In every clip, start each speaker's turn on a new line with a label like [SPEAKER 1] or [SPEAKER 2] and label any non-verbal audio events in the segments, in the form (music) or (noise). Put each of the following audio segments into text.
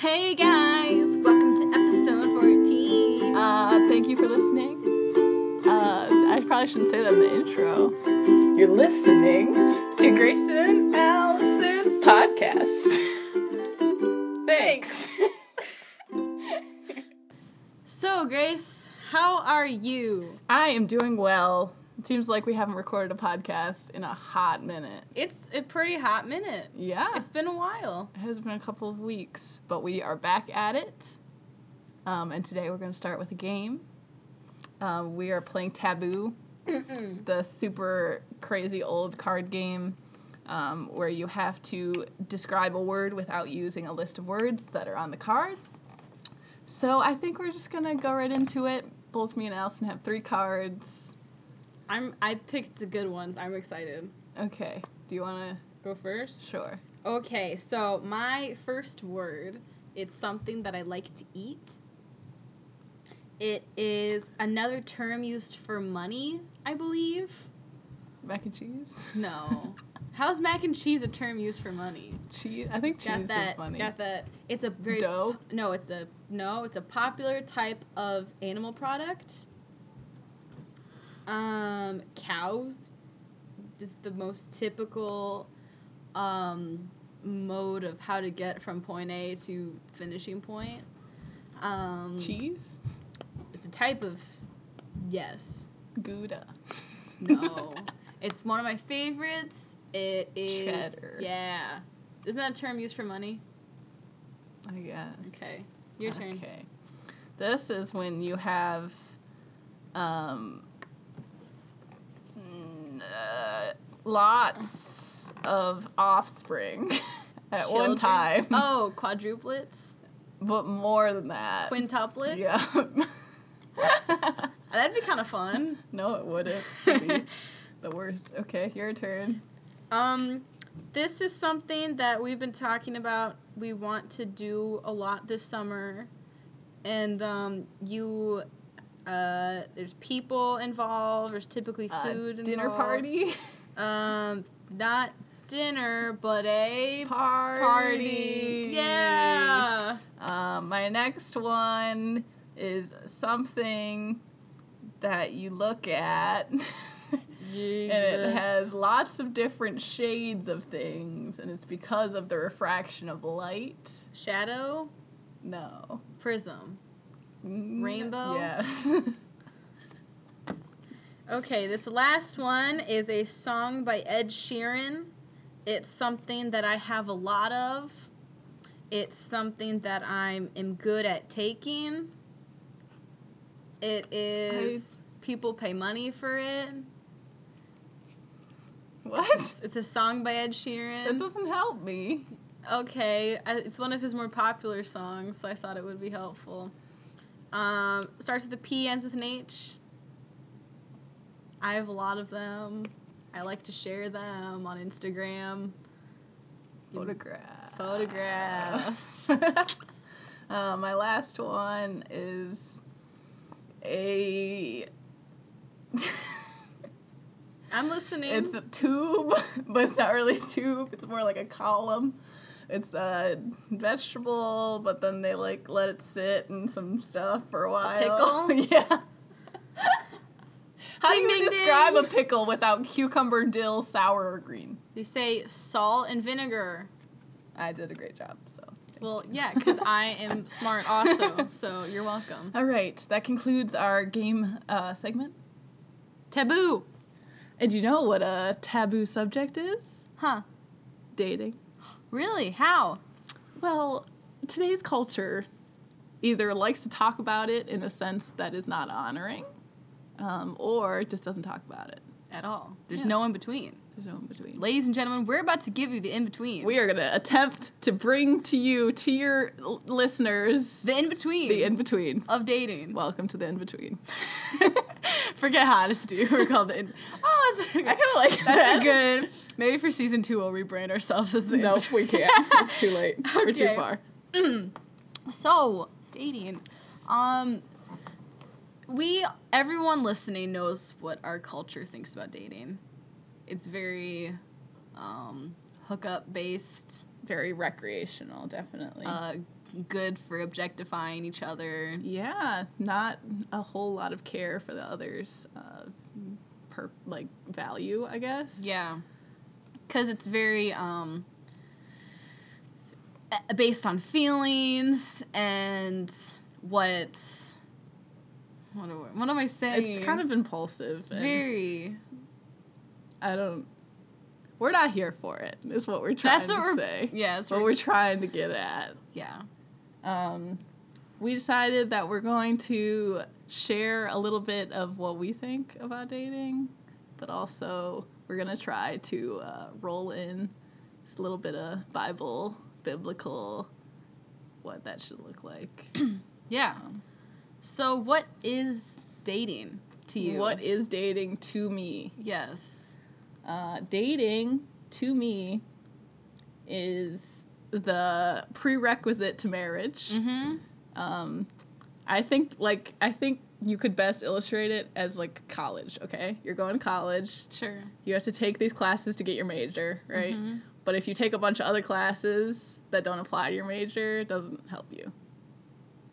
[SPEAKER 1] Hey guys, welcome to episode 14.
[SPEAKER 2] Uh, thank you for listening. Uh, I probably shouldn't say that in the intro. You're listening to Grayson and Allison's podcast. (laughs) Thanks.
[SPEAKER 1] So, Grace, how are you?
[SPEAKER 2] I am doing well. It seems like we haven't recorded a podcast in a hot minute.
[SPEAKER 1] It's a pretty hot minute.
[SPEAKER 2] Yeah.
[SPEAKER 1] It's been a while.
[SPEAKER 2] it has been a couple of weeks, but we are back at it. Um, and today we're going to start with a game. Um, we are playing Taboo, the super crazy old card game um, where you have to describe a word without using a list of words that are on the card. So I think we're just going to go right into it. Both me and Allison have three cards.
[SPEAKER 1] I'm I picked the good ones. I'm excited.
[SPEAKER 2] Okay. Do you want
[SPEAKER 1] Go first.
[SPEAKER 2] to? Sure.
[SPEAKER 1] Okay, so my first word, it's something that I like to eat. It is another term used for money, I believe.
[SPEAKER 2] Mac and cheese?
[SPEAKER 1] No. (laughs) How's mac and cheese a term used for money?
[SPEAKER 2] (laughs) Cheese? I think cheese
[SPEAKER 1] Got
[SPEAKER 2] is
[SPEAKER 1] that?
[SPEAKER 2] funny.
[SPEAKER 1] Got that? It's a very
[SPEAKER 2] Dough?
[SPEAKER 1] No, it's a no. It's a popular type of animal product. Um, cows is the most typical um, mode of how to get from point A to finishing point. Um,
[SPEAKER 2] Cheese?
[SPEAKER 1] It's a type of
[SPEAKER 2] (laughs)
[SPEAKER 1] yes.
[SPEAKER 2] Gouda.
[SPEAKER 1] No, it's one of my favorites. It is
[SPEAKER 2] Cheddar.
[SPEAKER 1] yeah. Isn't that a term used for money?
[SPEAKER 2] I guess.
[SPEAKER 1] Okay, your turn.
[SPEAKER 2] Okay. This is when you have, um, mm, uh, lots of offspring (laughs) at
[SPEAKER 1] Children.
[SPEAKER 2] one time,
[SPEAKER 1] (laughs) Oh, quadruplets,
[SPEAKER 2] but more than that.
[SPEAKER 1] quintuplets.
[SPEAKER 2] Yeah.
[SPEAKER 1] that'd be kind of fun.
[SPEAKER 2] (laughs) no, it wouldn't. It'd be the worst. Okay, your turn.
[SPEAKER 1] Um, this is something that we've been talking about. We want to do a lot this summer, and um, you, uh, there's people involved. There's typically
[SPEAKER 2] Uh,
[SPEAKER 1] food.
[SPEAKER 2] dinner
[SPEAKER 1] involved.
[SPEAKER 2] party.
[SPEAKER 1] Um, not dinner, but a
[SPEAKER 2] Party.
[SPEAKER 1] party. Yeah.
[SPEAKER 2] Um, my next one is something that you look at, (laughs) and it has lots of different shades of things, and it's because of the refraction of light.
[SPEAKER 1] shadow,
[SPEAKER 2] No.
[SPEAKER 1] prism.
[SPEAKER 2] Mm,
[SPEAKER 1] Rainbow?
[SPEAKER 2] Yes. (laughs)
[SPEAKER 1] Okay, this last one is a song by Ed Sheeran. It's something that I have a lot of. It's something that I am good at taking. It is people pay money for it.
[SPEAKER 2] what?
[SPEAKER 1] It's a song by Ed
[SPEAKER 2] That
[SPEAKER 1] Sheeran.
[SPEAKER 2] doesn't help me.
[SPEAKER 1] Okay, I- it's one of his more popular songs, so I thought it would be helpful. Um, starts with a P, ends with an H. I have a lot of them. I like to share them on Instagram.
[SPEAKER 2] Photograph. (laughs)
[SPEAKER 1] Photograph.
[SPEAKER 2] uh, my last one is a. (laughs)
[SPEAKER 1] I'm listening.
[SPEAKER 2] It's a tube, (laughs) but it's not really a tube. It's more like a column. It's a vegetable, but then they like let it sit and some stuff for a while.
[SPEAKER 1] pickle?
[SPEAKER 2] (laughs) yeah. How
[SPEAKER 1] Ding,
[SPEAKER 2] do you
[SPEAKER 1] ding,
[SPEAKER 2] describe
[SPEAKER 1] ding.
[SPEAKER 2] a pickle without cucumber, dill, sour, or green?
[SPEAKER 1] they say salt and vinegar.
[SPEAKER 2] I did a great job. So.
[SPEAKER 1] Well, yeah, because I am smart also, so you're welcome.
[SPEAKER 2] All right, that concludes our game uh, segment.
[SPEAKER 1] Taboo.
[SPEAKER 2] And you know what a taboo subject is?
[SPEAKER 1] Huh.
[SPEAKER 2] Dating.
[SPEAKER 1] Really? How?
[SPEAKER 2] Well, today's culture either likes to talk about it in a sense that is not honoring, um, or just doesn't talk about it.
[SPEAKER 1] At all. There's
[SPEAKER 2] Yeah.
[SPEAKER 1] no in between.
[SPEAKER 2] There's no in between.
[SPEAKER 1] Ladies and gentlemen, we're about to give you the in between.
[SPEAKER 2] We are going to attempt to bring to you, to your l- listeners,
[SPEAKER 1] The in between.
[SPEAKER 2] the in between.
[SPEAKER 1] of dating.
[SPEAKER 2] Welcome to the in between.
[SPEAKER 1] (laughs) Forget how to do. (laughs) We're called the. In- oh, that's, I kind of like that's
[SPEAKER 2] that.
[SPEAKER 1] a good. Maybe for season two, we'll rebrand ourselves as the. in-
[SPEAKER 2] (laughs) Nope,
[SPEAKER 1] (laughs)
[SPEAKER 2] we can't. It's too late. We're too
[SPEAKER 1] Okay.
[SPEAKER 2] far.
[SPEAKER 1] So dating, um, we everyone listening knows what our culture thinks about dating. It's very, um, hookup based.
[SPEAKER 2] Very recreational, definitely.
[SPEAKER 1] Uh, good for objectifying each other.
[SPEAKER 2] Yeah, not a whole lot of care for the others, uh, per like value, I guess.
[SPEAKER 1] Yeah. Cuz it's very um a- based on feelings and what what, do I- what am I saying?
[SPEAKER 2] It's kind of impulsive. and (laughs)
[SPEAKER 1] very
[SPEAKER 2] I don't. We're not here for it. Is what we're trying
[SPEAKER 1] That's
[SPEAKER 2] to
[SPEAKER 1] what we're
[SPEAKER 2] say.
[SPEAKER 1] Yeah, that's
[SPEAKER 2] That's what we're trying to get at.
[SPEAKER 1] yeah.
[SPEAKER 2] Um, we decided that we're going to share a little bit of what we think about dating, but also we're gonna try to uh, roll in just a little bit of Bible, biblical, what that should look like.
[SPEAKER 1] Yeah. So what is dating (clears throat) to you?
[SPEAKER 2] What is dating to me?
[SPEAKER 1] Yes.
[SPEAKER 2] Uh, dating to me is the prerequisite to marriage.
[SPEAKER 1] Mhm.
[SPEAKER 2] Um, I think like I think you could best illustrate it as like college. Okay, you're going to college.
[SPEAKER 1] Sure.
[SPEAKER 2] You have to take these classes to get your major, right? But if you take a bunch of other classes that don't apply to your major, it doesn't help you.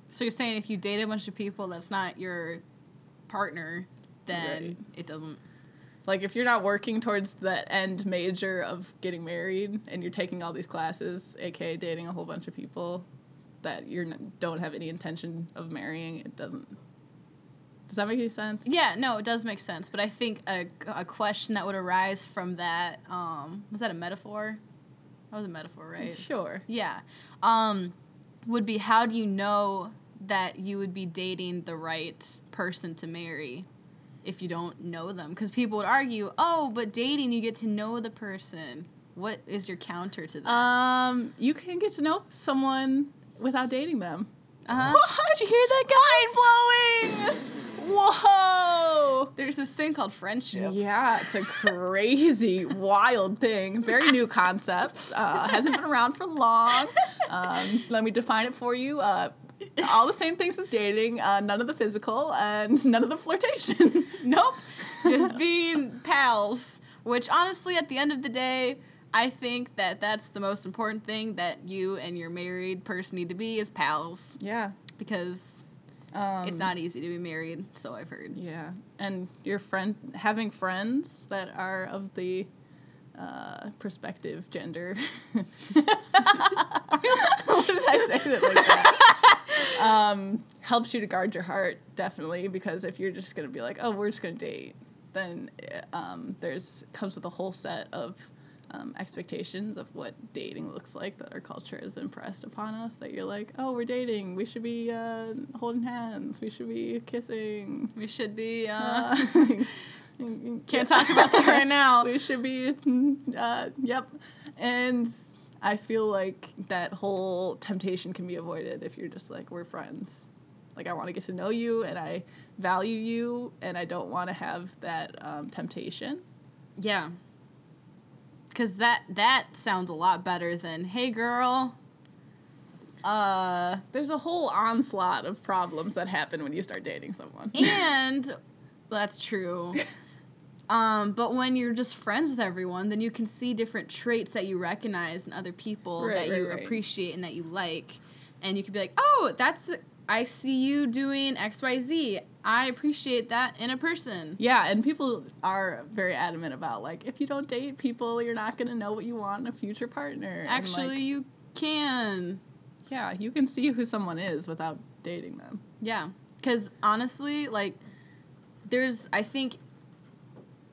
[SPEAKER 1] So you're saying if you date a bunch of people that's not your partner, then
[SPEAKER 2] Right.
[SPEAKER 1] it doesn't
[SPEAKER 2] Like if you're not working towards that end major of getting married and you're taking all these classes, aka dating a whole bunch of people that you n- don't have any intention of marrying, it doesn't. Does that make any sense?
[SPEAKER 1] Yeah, no, it does make sense. But I think a, a question that would arise from that um, was that a metaphor? That was a metaphor, right?
[SPEAKER 2] Sure.
[SPEAKER 1] Yeah. Um, would be how do you know that you would be dating the right person to marry if you don't know them? Because people would argue, oh, but dating, you get to know the person. What is your counter to that?
[SPEAKER 2] Um, you can get to know someone without dating them.
[SPEAKER 1] Uh-huh.
[SPEAKER 2] (laughs) What? Did you hear that, guys? Mind blowing. Whoa.
[SPEAKER 1] Oh, There's this thing called friendship.
[SPEAKER 2] Yeah, it's a crazy, wild thing. Very new concept. Uh, hasn't been around for long. Um, let me define it for you. Uh, all the same things as dating, uh, none of the physical and none of the flirtation.
[SPEAKER 1] Nope. Just being pals, which honestly, at the end of the day, I think that that's the most important thing that you and your married person need to be is pals
[SPEAKER 2] yeah.
[SPEAKER 1] because
[SPEAKER 2] Um,
[SPEAKER 1] it's not easy to be married, so I've heard.
[SPEAKER 2] Yeah, and your friend having friends that are of the uh, prospective gender. (laughs) Why did I say that like that? Um, helps you to guard your heart definitely because if you're just gonna be like, oh, we're just gonna date, then eh, um, there's comes with a whole set of um, expectations of what dating looks like that our culture has impressed upon us that you're like oh we're dating we should be uh, holding hands we should be kissing
[SPEAKER 1] We should be, uh, (laughs)
[SPEAKER 2] (laughs) uh,
[SPEAKER 1] can't talk about that right now.
[SPEAKER 2] we should be uh, yep and i feel like that whole temptation can be avoided if you're just like we're friends like i want to get to know you and i value you and i don't want to have that um, temptation
[SPEAKER 1] Yeah. Cause that that sounds a lot better than hey girl. Uh,
[SPEAKER 2] there's a whole onslaught of problems that happen when you start dating someone
[SPEAKER 1] and that's
[SPEAKER 2] (laughs)
[SPEAKER 1] true. Um, but when you're just friends with everyone, then you can see different traits that you recognize in other people
[SPEAKER 2] Right,
[SPEAKER 1] that
[SPEAKER 2] right,
[SPEAKER 1] you
[SPEAKER 2] right.
[SPEAKER 1] appreciate and that you like. And you could be like, oh, that's, I see you doing XYZ. I appreciate that in a person.
[SPEAKER 2] Yeah, and people are very adamant about like if you don't date people, you're not gonna know what you want in a future partner. And,
[SPEAKER 1] Actually,
[SPEAKER 2] like,
[SPEAKER 1] you can.
[SPEAKER 2] yeah, you can see who someone is without dating them.
[SPEAKER 1] Yeah. Because honestly, like, there's, I think.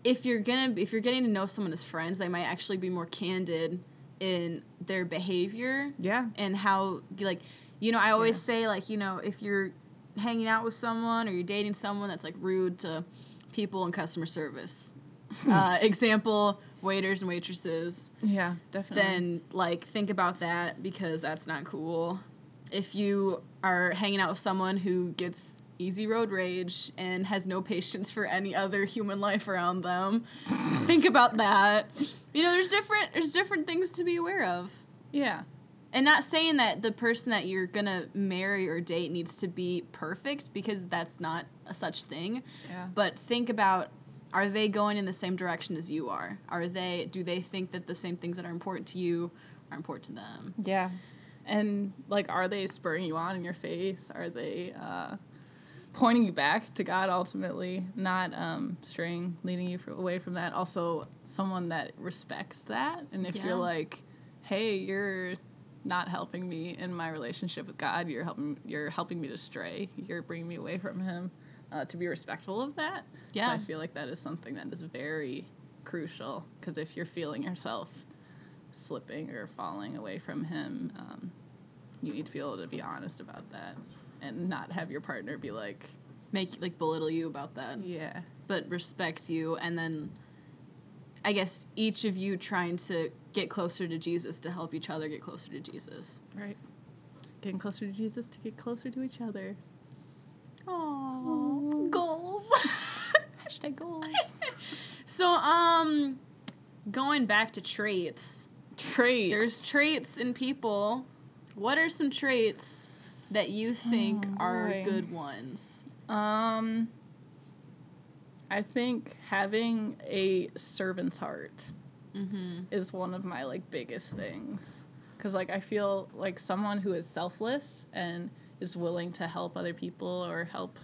[SPEAKER 1] If you're gonna if you're getting to know someone as friends, they might actually be more candid in their behavior
[SPEAKER 2] Yeah,
[SPEAKER 1] and how like you know i always say like you know if you're hanging out with someone or you're dating someone that's like rude to people in customer service uh, example waiters and waitresses
[SPEAKER 2] yeah, definitely.
[SPEAKER 1] then like think about that because that's not cool if you are hanging out with someone who gets easy road rage and has no patience for any other human life around them think about that you know there's different there's different things to be aware of
[SPEAKER 2] yeah,
[SPEAKER 1] and not saying that the person that you're gonna marry or date needs to be perfect because that's not a such thing.
[SPEAKER 2] Yeah.
[SPEAKER 1] But think about are they going in the same direction as you are? Are they do they think that the same things that are important to you are important to them?
[SPEAKER 2] yeah, And like, are they spurring you on in your faith? Are they uh, pointing you back to God ultimately? Not um, straying, leading you fr- away from that. Also, someone that respects that. And if
[SPEAKER 1] Yeah.
[SPEAKER 2] you're like, hey, you're not helping me in my relationship with God. You're helping. You're helping me to stray. You're bringing me away from Him. Uh, to be respectful of that. So
[SPEAKER 1] Yeah.
[SPEAKER 2] I feel like that is something that is very crucial because if you're feeling yourself slipping or falling away from Him, um, you need to be able to be honest about that and not have your partner be like,
[SPEAKER 1] Make like belittle you about that.
[SPEAKER 2] yeah,
[SPEAKER 1] but respect you and then i guess each of you trying to get closer to jesus to help each other get closer to jesus
[SPEAKER 2] right. Getting closer to Jesus to get closer to each other.
[SPEAKER 1] oh goals (laughs)
[SPEAKER 2] Hashtag goals.
[SPEAKER 1] so um going back to traits
[SPEAKER 2] traits.
[SPEAKER 1] there's traits in people what are some traits that you think are
[SPEAKER 2] boy.
[SPEAKER 1] good ones
[SPEAKER 2] Um, I think having a servant's heart is one of my like biggest things, because like I feel like someone who is selfless and is willing to help other people or help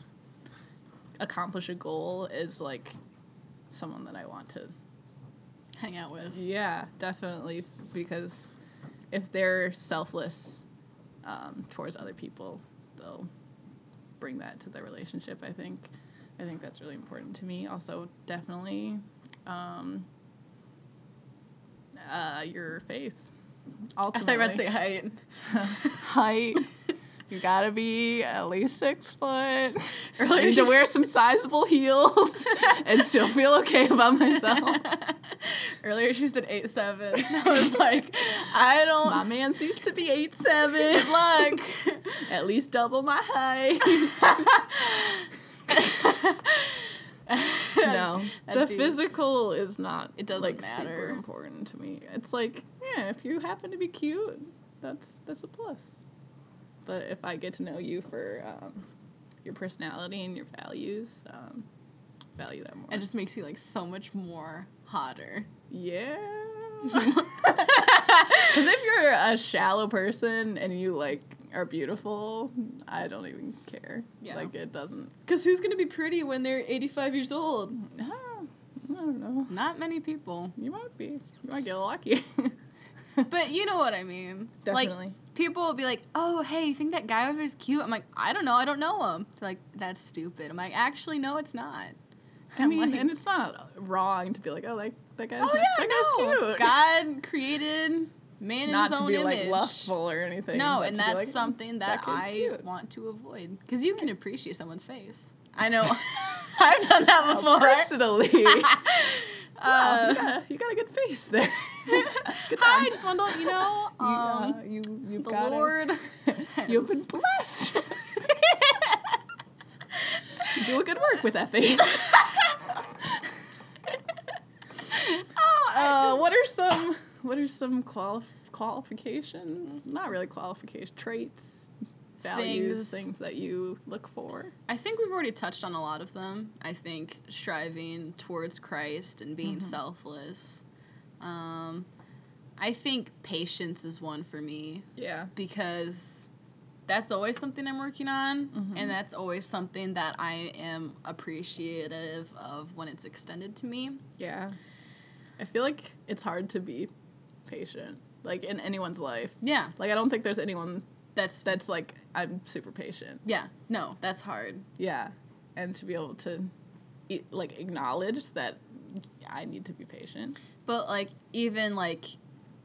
[SPEAKER 2] accomplish a goal is like someone that I want to
[SPEAKER 1] hang out with
[SPEAKER 2] yeah, definitely. Because if they're selfless um, towards other people, they'll bring that to their relationship. I think. I think that's really important to me. Also, definitely um, uh, your faith.
[SPEAKER 1] i thought
[SPEAKER 2] Ultimately,
[SPEAKER 1] you were about to say height
[SPEAKER 2] (laughs) height. You gotta be at least six foot.
[SPEAKER 1] (laughs) Earlier
[SPEAKER 2] I need
[SPEAKER 1] she
[SPEAKER 2] to
[SPEAKER 1] was-
[SPEAKER 2] wear some sizable (laughs) heels and still feel okay about myself.
[SPEAKER 1] earlier she said eight seven (laughs) i was like i don't
[SPEAKER 2] My man seems to be eight seven.
[SPEAKER 1] (laughs)
[SPEAKER 2] Look, at least double my height. no, the
[SPEAKER 1] That'd be-
[SPEAKER 2] physical is not. It
[SPEAKER 1] doesn't
[SPEAKER 2] like, Super
[SPEAKER 1] matter.
[SPEAKER 2] important to me. It's like yeah, if you happen to be cute, that's that's a plus. But if I get to know you for um, your personality and your values, um, value that more.
[SPEAKER 1] It just makes you like so much more hotter. (laughs)
[SPEAKER 2] Yeah. Because if you're a shallow person and you like are beautiful, I don't even care.
[SPEAKER 1] Yeah.
[SPEAKER 2] Like it doesn't.
[SPEAKER 1] Because who's gonna be pretty when they're 85 years old?
[SPEAKER 2] Ah, I don't know.
[SPEAKER 1] Not many people.
[SPEAKER 2] You might be. You might get lucky. (laughs)
[SPEAKER 1] But you know what I mean.
[SPEAKER 2] Definitely.
[SPEAKER 1] Like, people will be like, oh, hey, you think that guy over there is cute? I'm like, I don't know. I don't know him. They're like, that's stupid. I'm like, actually, no, it's not.
[SPEAKER 2] I
[SPEAKER 1] I'm
[SPEAKER 2] mean,
[SPEAKER 1] like-
[SPEAKER 2] and it's not wrong to be like, oh, like that guy's
[SPEAKER 1] oh,
[SPEAKER 2] not-
[SPEAKER 1] yeah,
[SPEAKER 2] that
[SPEAKER 1] no.
[SPEAKER 2] guy's cute.
[SPEAKER 1] God created man in
[SPEAKER 2] not
[SPEAKER 1] his
[SPEAKER 2] to
[SPEAKER 1] own
[SPEAKER 2] be
[SPEAKER 1] image.
[SPEAKER 2] like lustful or anything.
[SPEAKER 1] No,
[SPEAKER 2] but
[SPEAKER 1] and
[SPEAKER 2] to be
[SPEAKER 1] that's
[SPEAKER 2] like, "Hmm,
[SPEAKER 1] something that,
[SPEAKER 2] kid's
[SPEAKER 1] I
[SPEAKER 2] cute. (laughs)
[SPEAKER 1] want to avoid. Because you can appreciate someone's face. I (laughs)
[SPEAKER 2] (laughs)
[SPEAKER 1] know. I've done that before.
[SPEAKER 2] Uh, Personally, wow,
[SPEAKER 1] Uh,
[SPEAKER 2] you, got a, you got a good face there. (laughs) good
[SPEAKER 1] Hi,
[SPEAKER 2] job.
[SPEAKER 1] just wanted to let you know.
[SPEAKER 2] (laughs) You, uh,
[SPEAKER 1] Um,
[SPEAKER 2] you, you
[SPEAKER 1] the
[SPEAKER 2] got it. (laughs)
[SPEAKER 1] Lord.
[SPEAKER 2] You've been
[SPEAKER 1] has-
[SPEAKER 2] blessed. You (laughs) Do a good work with that face.
[SPEAKER 1] (laughs) Oh, I
[SPEAKER 2] (laughs) Uh,
[SPEAKER 1] just-
[SPEAKER 2] what are some What are some qualif- qualifications? Not really qualifications. Traits, values,
[SPEAKER 1] Things.
[SPEAKER 2] things that you look for.
[SPEAKER 1] I think we've already touched on a lot of them. I think striving towards Christ and being selfless. Um, I think patience is one for me
[SPEAKER 2] Yeah.
[SPEAKER 1] because that's always something I'm working on, and that's always something that I am appreciative of when it's extended to me.
[SPEAKER 2] Yeah. I feel like it's hard to be patient, like in anyone's life.
[SPEAKER 1] Yeah,
[SPEAKER 2] Like I don't think there's anyone
[SPEAKER 1] that's
[SPEAKER 2] that's like I'm super patient.
[SPEAKER 1] yeah. No, that's hard.
[SPEAKER 2] Yeah, and to be able to e- like acknowledge that I need to be patient.
[SPEAKER 1] But like even like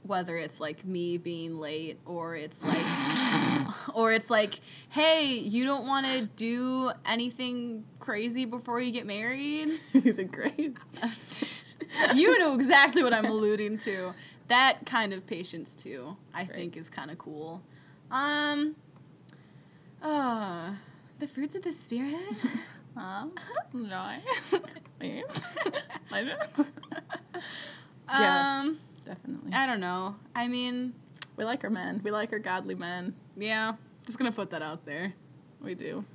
[SPEAKER 1] whether it's like me being late or it's like (laughs) or it's like hey, you don't want to do anything crazy before you get married.
[SPEAKER 2] (laughs) the grapes.
[SPEAKER 1] (laughs)
[SPEAKER 2] (laughs)
[SPEAKER 1] you know exactly what I'm alluding to. That kind of patience too, I think is kind of cool. Um uh the fruits of the spirit? (laughs)
[SPEAKER 2] Um, no.
[SPEAKER 1] (laughs)
[SPEAKER 2] Yes. I know. Yeah.
[SPEAKER 1] Um
[SPEAKER 2] (laughs) Definitely.
[SPEAKER 1] I don't know. I mean,
[SPEAKER 2] We like our men. We like our godly men.
[SPEAKER 1] yeah, just going to put that out there.
[SPEAKER 2] We do.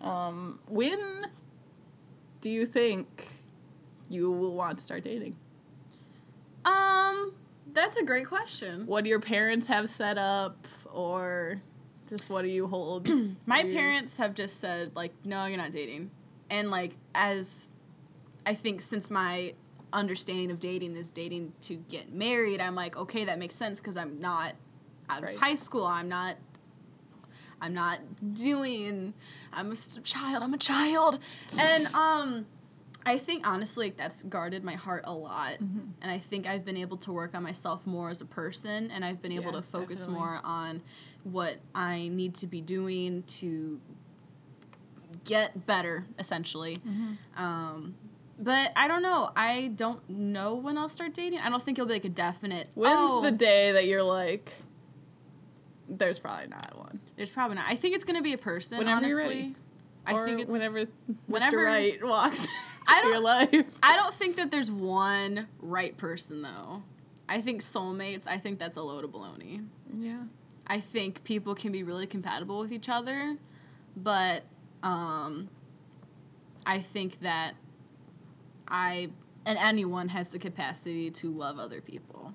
[SPEAKER 2] Um, when do you think you will want to start dating?
[SPEAKER 1] Um, That's a great question.
[SPEAKER 2] What do your parents have set up, or just what do
[SPEAKER 1] (clears throat)
[SPEAKER 2] you hold?
[SPEAKER 1] My
[SPEAKER 2] dear?
[SPEAKER 1] parents have just said like, no, you're not dating, and like as, I think since my understanding of dating is dating to get married, I'm like, okay, that makes sense because I'm not out
[SPEAKER 2] Right.
[SPEAKER 1] of high school. I'm not. I'm not doing. I'm a s- child. I'm a child, and um. I think honestly, like, that's guarded my heart a lot,
[SPEAKER 2] Mm-hmm.
[SPEAKER 1] and I think I've been able to work on myself more as a person, and I've been able
[SPEAKER 2] Yeah,
[SPEAKER 1] to focus
[SPEAKER 2] definitely.
[SPEAKER 1] more on what I need to be doing to get better, essentially.
[SPEAKER 2] Mm-hmm.
[SPEAKER 1] Um, but I don't know. I don't know when I'll start dating. I don't think it'll be like a definite.
[SPEAKER 2] When's
[SPEAKER 1] oh,
[SPEAKER 2] the day that you're like, there's probably not one.
[SPEAKER 1] There's probably not. I think it's gonna be a person.
[SPEAKER 2] Whenever
[SPEAKER 1] honestly.
[SPEAKER 2] you're ready.
[SPEAKER 1] I
[SPEAKER 2] or
[SPEAKER 1] think it's
[SPEAKER 2] whenever Mr.
[SPEAKER 1] whenever-
[SPEAKER 2] Right walks
[SPEAKER 1] I
[SPEAKER 2] (laughs) into your
[SPEAKER 1] don't-
[SPEAKER 2] life.
[SPEAKER 1] I don't think that there's one right person though. I think soulmates. I think that's a load of baloney.
[SPEAKER 2] Yeah.
[SPEAKER 1] I think people can be really compatible with each other, but um, I think that I and anyone has the capacity to love other people,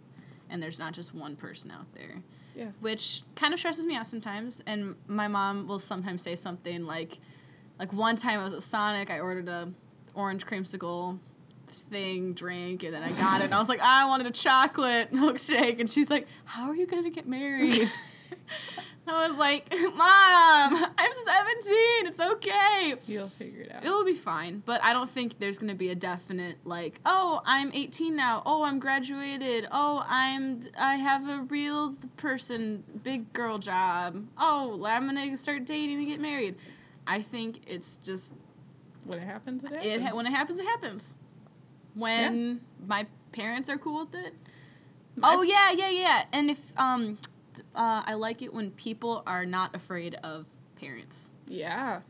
[SPEAKER 1] and there's not just one person out there,
[SPEAKER 2] Yeah.
[SPEAKER 1] which kind of stresses me out sometimes. And my mom will sometimes say something like, like one time I was at Sonic, I ordered a orange creamsicle thing drink and then I got it and I was like I wanted a chocolate milkshake and she's like how are you going to get married and I was like mom I'm 17 it's okay
[SPEAKER 2] You'll figure it out.
[SPEAKER 1] it will be fine but I don't think there's going to be a definite like oh I'm 18 now oh I'm graduated oh I'm I have a real person big girl job oh I'm going to start dating and get married I think it's just
[SPEAKER 2] when it happens, it happens.
[SPEAKER 1] it ha- when it happens, it happens. When my parents are cool with it.
[SPEAKER 2] My-
[SPEAKER 1] oh yeah, yeah, yeah. And if um, t- uh, I like it when people are not afraid of parents.
[SPEAKER 2] yeah.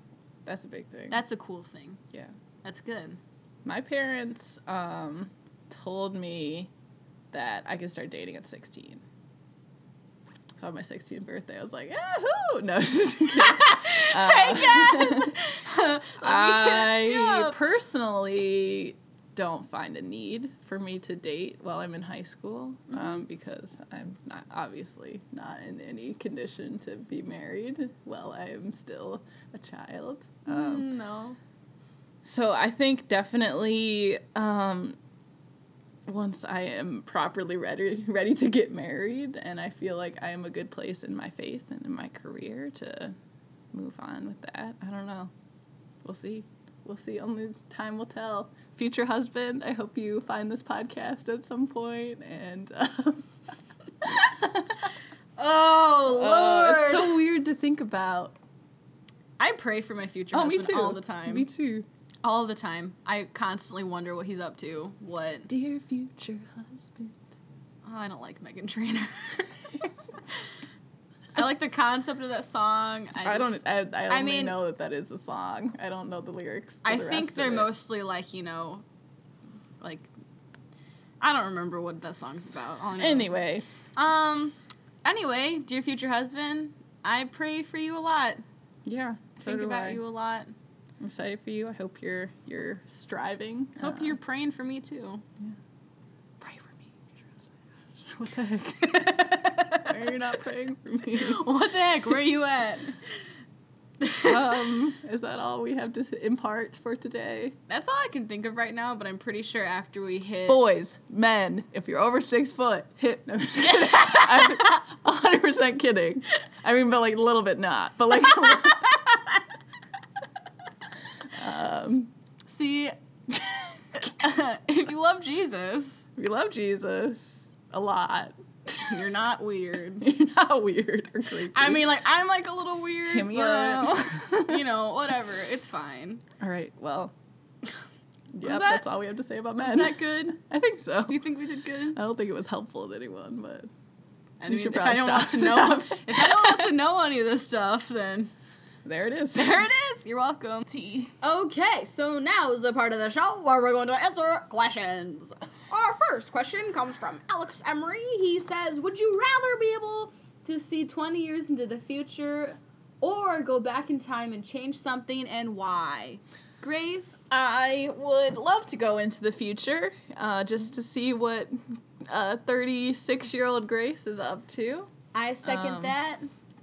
[SPEAKER 2] That's a big thing.
[SPEAKER 1] That's a cool thing.
[SPEAKER 2] yeah.
[SPEAKER 1] That's good.
[SPEAKER 2] My parents um, told me that I could start dating at 16. So on my 16th birthday, I was like, yahoo! No, (laughs) just kidding. Uh,
[SPEAKER 1] hey guys, (laughs) Let me (laughs) hit you
[SPEAKER 2] I
[SPEAKER 1] up.
[SPEAKER 2] personally don't find a need for me to date while I'm in high school
[SPEAKER 1] Mm-hmm.
[SPEAKER 2] um, because I'm not obviously not in any condition to be married while I'm still a child. Um,
[SPEAKER 1] Mm, no.
[SPEAKER 2] so I think definitely um, once I am properly ready ready to get married, and I feel like I am a good place in my faith and in my career to move on with that. I don't know. We'll see. We'll see. Only time will tell. Future husband, I hope you find this podcast at some point, and. (laughs) Um,
[SPEAKER 1] Oh
[SPEAKER 2] oh, it's
[SPEAKER 1] lord.
[SPEAKER 2] so weird to think about.
[SPEAKER 1] I pray for my future husband all the time.
[SPEAKER 2] Oh, Me too.
[SPEAKER 1] All the time. I constantly wonder what he's up to. What?
[SPEAKER 2] Dear future husband.
[SPEAKER 1] Oh, I don't like Megan Trainor. (laughs) I like the concept of that song. I, e-,
[SPEAKER 2] I
[SPEAKER 1] just,
[SPEAKER 2] don't. I, I
[SPEAKER 1] I
[SPEAKER 2] only
[SPEAKER 1] mean-
[SPEAKER 2] know that that is a song. I don't know the lyrics. to
[SPEAKER 1] I
[SPEAKER 2] the
[SPEAKER 1] think
[SPEAKER 2] rest
[SPEAKER 1] they're
[SPEAKER 2] of it.
[SPEAKER 1] mostly like you know, like I don't remember what that song's about. All I know is-
[SPEAKER 2] Anyway,
[SPEAKER 1] um, anyway, dear future husband, I pray for you a lot.
[SPEAKER 2] yeah. So
[SPEAKER 1] Think
[SPEAKER 2] do
[SPEAKER 1] about
[SPEAKER 2] I.
[SPEAKER 1] you a lot.
[SPEAKER 2] I'm excited for you. I hope you're you're
[SPEAKER 1] (laughs)
[SPEAKER 2] striving.
[SPEAKER 1] Hope
[SPEAKER 2] Uh,
[SPEAKER 1] you're praying for me too. (laughs)
[SPEAKER 2] pray for me. What the heck? Why are you not praying for
[SPEAKER 1] (laughs)
[SPEAKER 2] me?
[SPEAKER 1] What the heck? Where are you at?
[SPEAKER 2] um, is that all we have to impart for today?
[SPEAKER 1] (laughs) That's all I can think of right now. But I'm pretty sure after we hit
[SPEAKER 2] Boys, men, if you're over six foot, hit. No, I'm just
[SPEAKER 1] (laughs)
[SPEAKER 2] kidding. I'm 100% kidding. I mean, but like a little bit not. But like. (laughs) um,
[SPEAKER 1] See, (laughs) uh, if you love Jesus,
[SPEAKER 2] if you love Jesus a lot, (laughs)
[SPEAKER 1] you're not weird.
[SPEAKER 2] you're not weird or creepy.
[SPEAKER 1] I mean, like I'm like a little weird,
[SPEAKER 2] Hit me
[SPEAKER 1] but
[SPEAKER 2] (laughs) up.
[SPEAKER 1] (laughs) you know, whatever. It's fine.
[SPEAKER 2] all right, well. Yeah,
[SPEAKER 1] that-
[SPEAKER 2] that's all we have to say about men.
[SPEAKER 1] Is that good?
[SPEAKER 2] (laughs) I think so.
[SPEAKER 1] Do you think we did good?
[SPEAKER 2] I don't think it was helpful to anyone, but
[SPEAKER 1] I
[SPEAKER 2] You
[SPEAKER 1] mean,
[SPEAKER 2] should
[SPEAKER 1] if
[SPEAKER 2] probably
[SPEAKER 1] anyone
[SPEAKER 2] stop-
[SPEAKER 1] wants
[SPEAKER 2] (laughs)
[SPEAKER 1] to know,
[SPEAKER 2] stop.
[SPEAKER 1] if anyone wants to know any of this stuff, then (laughs)
[SPEAKER 2] there it is.
[SPEAKER 1] there it is. You're welcome. Okay, so now is the part of the show where we're going to answer questions. Our first question comes from Alex Emery. He says, Would you rather be able to see 20 years into the future or go back in time and change something and why? Grace,
[SPEAKER 2] I would love to go into the future uh, just to see what 36 year old Grace is up to.
[SPEAKER 1] I second
[SPEAKER 2] Um,
[SPEAKER 1] that.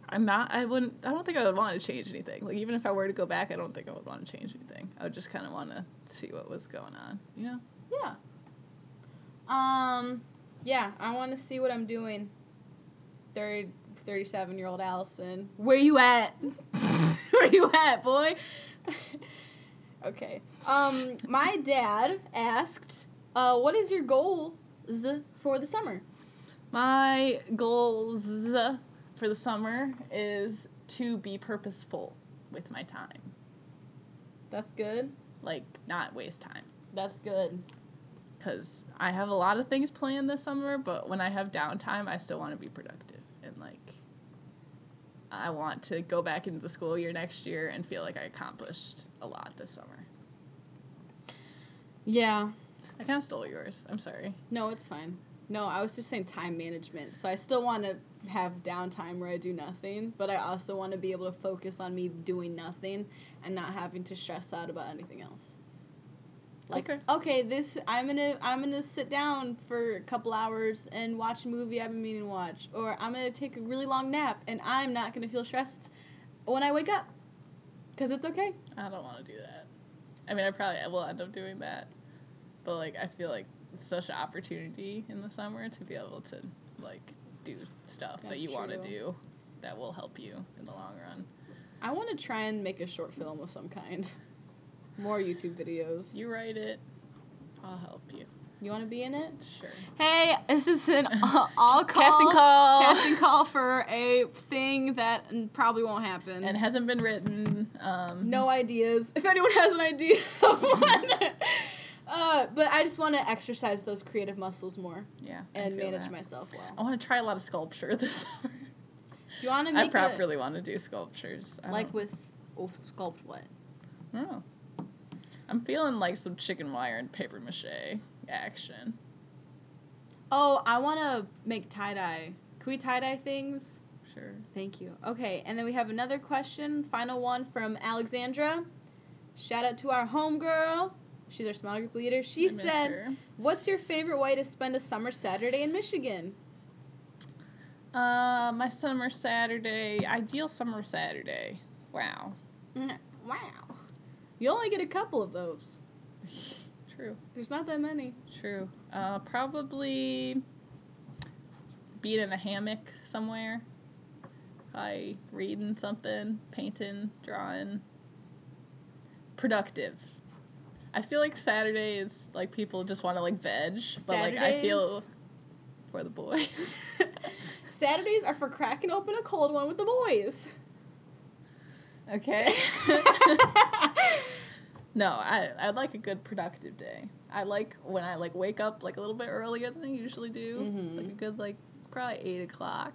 [SPEAKER 2] I'm not, I wouldn't, I don't think I would want to change anything. Like, even if I were to go back, I don't think I would want to change anything. I would just kind of want to see what was going on, you know?
[SPEAKER 1] Yeah. Um, yeah, I want to see what I'm doing. Third, 37 year old Allison. Where you at?
[SPEAKER 2] (laughs)
[SPEAKER 1] (laughs) Where you at, boy? (laughs) okay. Um, my dad asked, uh, what is your goals for the summer?
[SPEAKER 2] My goals for the summer is to be purposeful with my time,
[SPEAKER 1] That's good.
[SPEAKER 2] like, not waste time.
[SPEAKER 1] That's good.
[SPEAKER 2] because I have a lot of things planned this summer, but when I have downtime, I still want to be productive and like I want to go back into the school year next year and feel like I accomplished a lot this summer.
[SPEAKER 1] Yeah.
[SPEAKER 2] I kind of stole yours. I'm sorry.
[SPEAKER 1] No, it's fine. No, I was just saying time management. So I still want to have downtime where I do nothing, but I also want to be able to focus on me doing nothing and not having to stress out about anything else. Like okay,
[SPEAKER 2] Okay.
[SPEAKER 1] this I'm gonna I'm gonna sit down for a couple hours and watch a movie I've been meaning to watch, or I'm gonna take a really long nap and I'm not gonna feel stressed when I wake up, cause it's okay.
[SPEAKER 2] I don't want to do that. I mean, I probably will end up doing that, but like I feel like it's such an opportunity in the summer to be able to like do stuff that
[SPEAKER 1] That's
[SPEAKER 2] you want to
[SPEAKER 1] true.
[SPEAKER 2] do that will help you in the long run.
[SPEAKER 1] I want to try and make a short film of some kind, more YouTube videos.
[SPEAKER 2] You write it. I'll help you.
[SPEAKER 1] You want to be in it?
[SPEAKER 2] Sure.
[SPEAKER 1] Hey, this is
[SPEAKER 2] (laughs)
[SPEAKER 1] an all call,
[SPEAKER 2] casting call
[SPEAKER 1] casting call for a thing that n- probably won't happen.
[SPEAKER 2] (laughs) and hasn't been written um (laughs)
[SPEAKER 1] no ideas. (laughs) If anyone has an (laughs) idea of one, uh, but I just want to exercise those creative muscles more
[SPEAKER 2] yeah I
[SPEAKER 1] and
[SPEAKER 2] feel
[SPEAKER 1] manage
[SPEAKER 2] that.
[SPEAKER 1] myself
[SPEAKER 2] i
[SPEAKER 1] well.
[SPEAKER 2] want to try a lot of sculpture this (laughs) summer
[SPEAKER 1] Do you want to
[SPEAKER 2] i
[SPEAKER 1] make
[SPEAKER 2] properly uh, want to do sculptures
[SPEAKER 1] a,
[SPEAKER 2] I
[SPEAKER 1] like
[SPEAKER 2] don't-
[SPEAKER 1] with oh, sculpt what?
[SPEAKER 2] I don't know. Oh. i'm feeling like some chicken wire and paper mache action
[SPEAKER 1] Oh, I want to make tie dye. Can we tie dye things?
[SPEAKER 2] sure
[SPEAKER 1] Thank you. Okay, and then we have another question, final one from Alexandra. Shout out to our homegirl. She's our small group leader. She
[SPEAKER 2] I miss
[SPEAKER 1] said,
[SPEAKER 2] her.
[SPEAKER 1] What's your favorite way to spend a summer Saturday in
[SPEAKER 2] (laughs)
[SPEAKER 1] Michigan?
[SPEAKER 2] uh my summer saturday ideal summer saturday wow
[SPEAKER 1] Wow. You only get a couple of those.
[SPEAKER 2] true
[SPEAKER 1] There's not that many.
[SPEAKER 2] true uh probably being in a hammock somewhere I reading something, painting, drawing. Productive. I feel like Saturday is like people just want to like veg, but like I feel
[SPEAKER 1] Saturdays?
[SPEAKER 2] for the boys.
[SPEAKER 1] (laughs) Saturdays are for cracking open a cold one with the
[SPEAKER 2] (laughs)
[SPEAKER 1] boys.
[SPEAKER 2] (laughs)
[SPEAKER 1] (laughs)
[SPEAKER 2] okay. no, I I like a good productive day. I like when I like wake up like a little bit earlier than I usually do,
[SPEAKER 1] Mhm.
[SPEAKER 2] like a good like probably eight o'clock.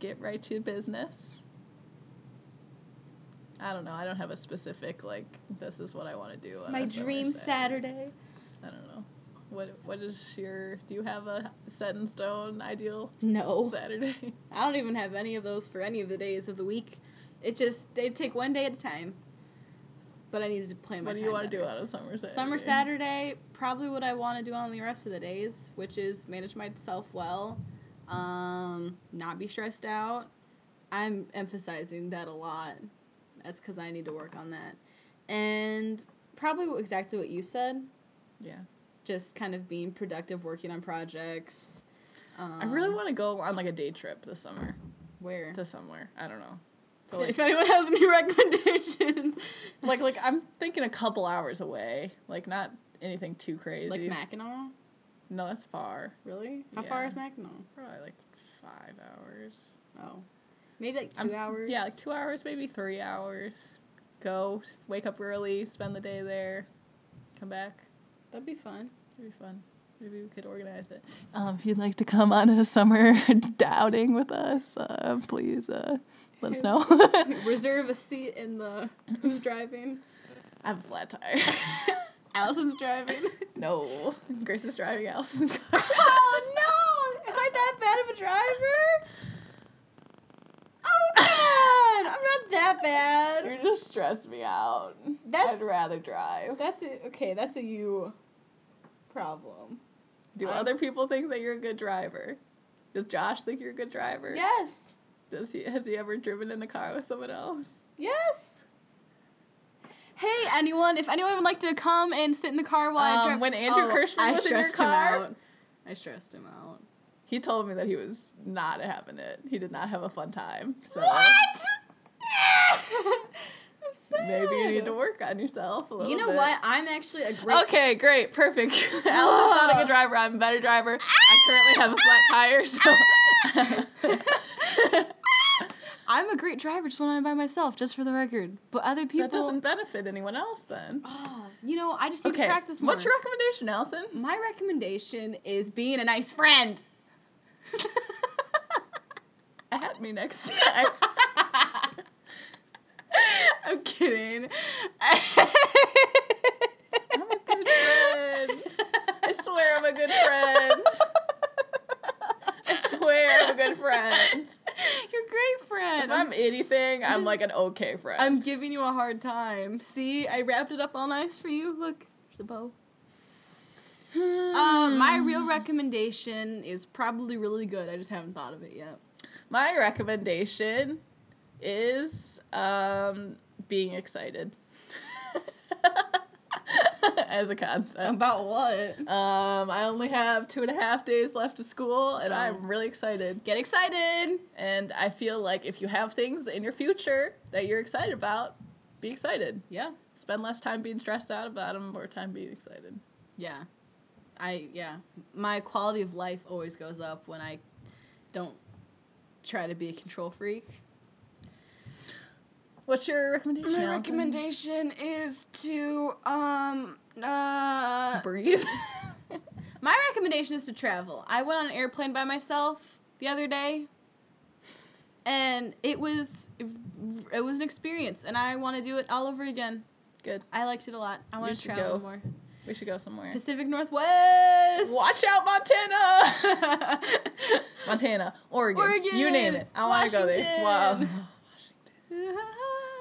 [SPEAKER 2] Get right to business. I don't know. I don't have a specific like. This is what I want to do. on
[SPEAKER 1] My
[SPEAKER 2] a summer
[SPEAKER 1] dream
[SPEAKER 2] Saturday.
[SPEAKER 1] Saturday.
[SPEAKER 2] I don't know. What What is your? Do you have a set in stone ideal Oh.
[SPEAKER 1] No.
[SPEAKER 2] (laughs) Saturday?
[SPEAKER 1] I don't even have any of those for any of the days of the week. It just they take one day at a time. But I needed to plan my
[SPEAKER 2] What do
[SPEAKER 1] time
[SPEAKER 2] you want to
[SPEAKER 1] better.
[SPEAKER 2] do on a summer Saturday?
[SPEAKER 1] Summer Saturday, probably what I want to do on the rest of the days, which is manage myself well, um, not be stressed out. I'm emphasizing that a lot. That's because I need to work on that. And probably what- exactly what you said,
[SPEAKER 2] Yeah.
[SPEAKER 1] just kind of being productive, working on projects. Um,
[SPEAKER 2] I really want to go on like a day trip this summer
[SPEAKER 1] where.
[SPEAKER 2] to somewhere. I don't know. So, like,
[SPEAKER 1] If anyone has any (laughs) recommendations,
[SPEAKER 2] like like I'm thinking a couple hours away. Like not anything too crazy.
[SPEAKER 1] like Mackinac,
[SPEAKER 2] no, that's far.
[SPEAKER 1] really? How far
[SPEAKER 2] Yeah.
[SPEAKER 1] is Mackinac?
[SPEAKER 2] Probably like five hours.
[SPEAKER 1] Oh, maybe like 2
[SPEAKER 2] I'm-
[SPEAKER 1] hours.
[SPEAKER 2] Yeah, like two hours, maybe three hours. Go wake up early, spend the day there, come back.
[SPEAKER 1] That'd be (laughs) fun.
[SPEAKER 2] It'd be fun. Maybe we could organize it. Um, if you'd like to come on a summer (laughs) outing with us, uh, please uh, let us know. (laughs)
[SPEAKER 1] Reserve a seat in the. Who's driving?
[SPEAKER 2] I have a flat tire.
[SPEAKER 1] Allison's driving.
[SPEAKER 2] no, (laughs) Grace is driving (laughs) Allison's car.
[SPEAKER 1] oh no! Am I (laughs) that bad of a driver? Oh god! I'm not that that bad.
[SPEAKER 2] You just stress me out.
[SPEAKER 1] That's-
[SPEAKER 2] I'd rather drive.
[SPEAKER 1] That's a, okay. That's a you problem.
[SPEAKER 2] Do
[SPEAKER 1] I-
[SPEAKER 2] other people think that you're a good driver? Does Josh think you're a good driver?
[SPEAKER 1] Yes.
[SPEAKER 2] Does he has he ever driven in a car with someone else?
[SPEAKER 1] Yes. Hey, anyone! If anyone would like to come and sit in the car while I
[SPEAKER 2] Um,
[SPEAKER 1] drive, Oh,
[SPEAKER 2] when Andrew Kirschner
[SPEAKER 1] I
[SPEAKER 2] was in your
[SPEAKER 1] stressed him
[SPEAKER 2] car?
[SPEAKER 1] out. I stressed him out.
[SPEAKER 2] He told me that he was not having it. He did not have a fun time. So
[SPEAKER 1] (laughs) I'm sad.
[SPEAKER 2] maybe you need to work on yourself a little
[SPEAKER 1] You know
[SPEAKER 2] bit.
[SPEAKER 1] what? I'm actually a great.
[SPEAKER 2] Okay, great, perfect. (laughs) Allison's not
[SPEAKER 1] Oh.
[SPEAKER 2] a good driver. I'm a better driver. I currently have a flat tire, so
[SPEAKER 1] (laughs) I'm a great driver just when I'm by myself, just for the record. But other people,
[SPEAKER 2] that doesn't benefit anyone else. Then
[SPEAKER 1] Ah, you know, I just need
[SPEAKER 2] okay,
[SPEAKER 1] to practice more.
[SPEAKER 2] what's your recommendation, Allison?
[SPEAKER 1] My recommendation is being a nice friend. (laughs)
[SPEAKER 2] At me next time.
[SPEAKER 1] I'm kidding.
[SPEAKER 2] I'm a good friend. I swear I'm a good friend.
[SPEAKER 1] (laughs)
[SPEAKER 2] I swear I'm a good friend.
[SPEAKER 1] You're a great
[SPEAKER 2] If
[SPEAKER 1] friend. I'm,
[SPEAKER 2] I'm anything, I'm
[SPEAKER 1] just-
[SPEAKER 2] like an okay friend.
[SPEAKER 1] I'm giving you a hard time. See, I wrapped it up all nice for you. Look, there's a bow. Um, my real recommendation is probably really good. I just haven't thought of it yet.
[SPEAKER 2] My recommendation is um, being excited (laughs) as a concept.
[SPEAKER 1] About what?
[SPEAKER 2] Um, I only have two and a half days left of school, and
[SPEAKER 1] Oh.
[SPEAKER 2] I'm really excited.
[SPEAKER 1] Get excited.
[SPEAKER 2] And I feel like if you have things in your future that you're excited about, be excited.
[SPEAKER 1] Yeah.
[SPEAKER 2] Spend less time being stressed out about them, more time being excited.
[SPEAKER 1] Yeah. I yeah. My quality of life always goes up when I don't try to be a control freak.
[SPEAKER 2] What's your recommendation?
[SPEAKER 1] My
[SPEAKER 2] Allison?
[SPEAKER 1] recommendation is to um uh
[SPEAKER 2] (laughs) breathe. (laughs)
[SPEAKER 1] my recommendation is to travel. I went on an airplane by myself the other day. And it was it was an experience and I want to do it all over again.
[SPEAKER 2] Good.
[SPEAKER 1] I liked it a lot. I want to
[SPEAKER 2] should
[SPEAKER 1] travel
[SPEAKER 2] go.
[SPEAKER 1] more.
[SPEAKER 2] We should go somewhere.
[SPEAKER 1] Pacific Northwest. (laughs)
[SPEAKER 2] Watch out, Montana! (laughs) Montana, Oregon,
[SPEAKER 1] Oregon,
[SPEAKER 2] you name it. I want to go there.
[SPEAKER 1] Washington.
[SPEAKER 2] Wow.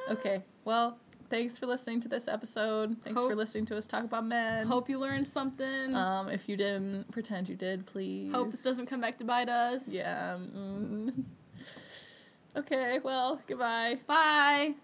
[SPEAKER 2] (laughs) Okay. Well, thanks for listening to this episode. Thanks for
[SPEAKER 1] Hope-
[SPEAKER 2] listening to us talk about men.
[SPEAKER 1] Hope you learned something.
[SPEAKER 2] Um, if you didn't pretend you did, please.
[SPEAKER 1] Mm-hmm. Hope this doesn't come back to bite us.
[SPEAKER 2] Yeah. mm. Okay. Well. Goodbye.
[SPEAKER 1] Bye.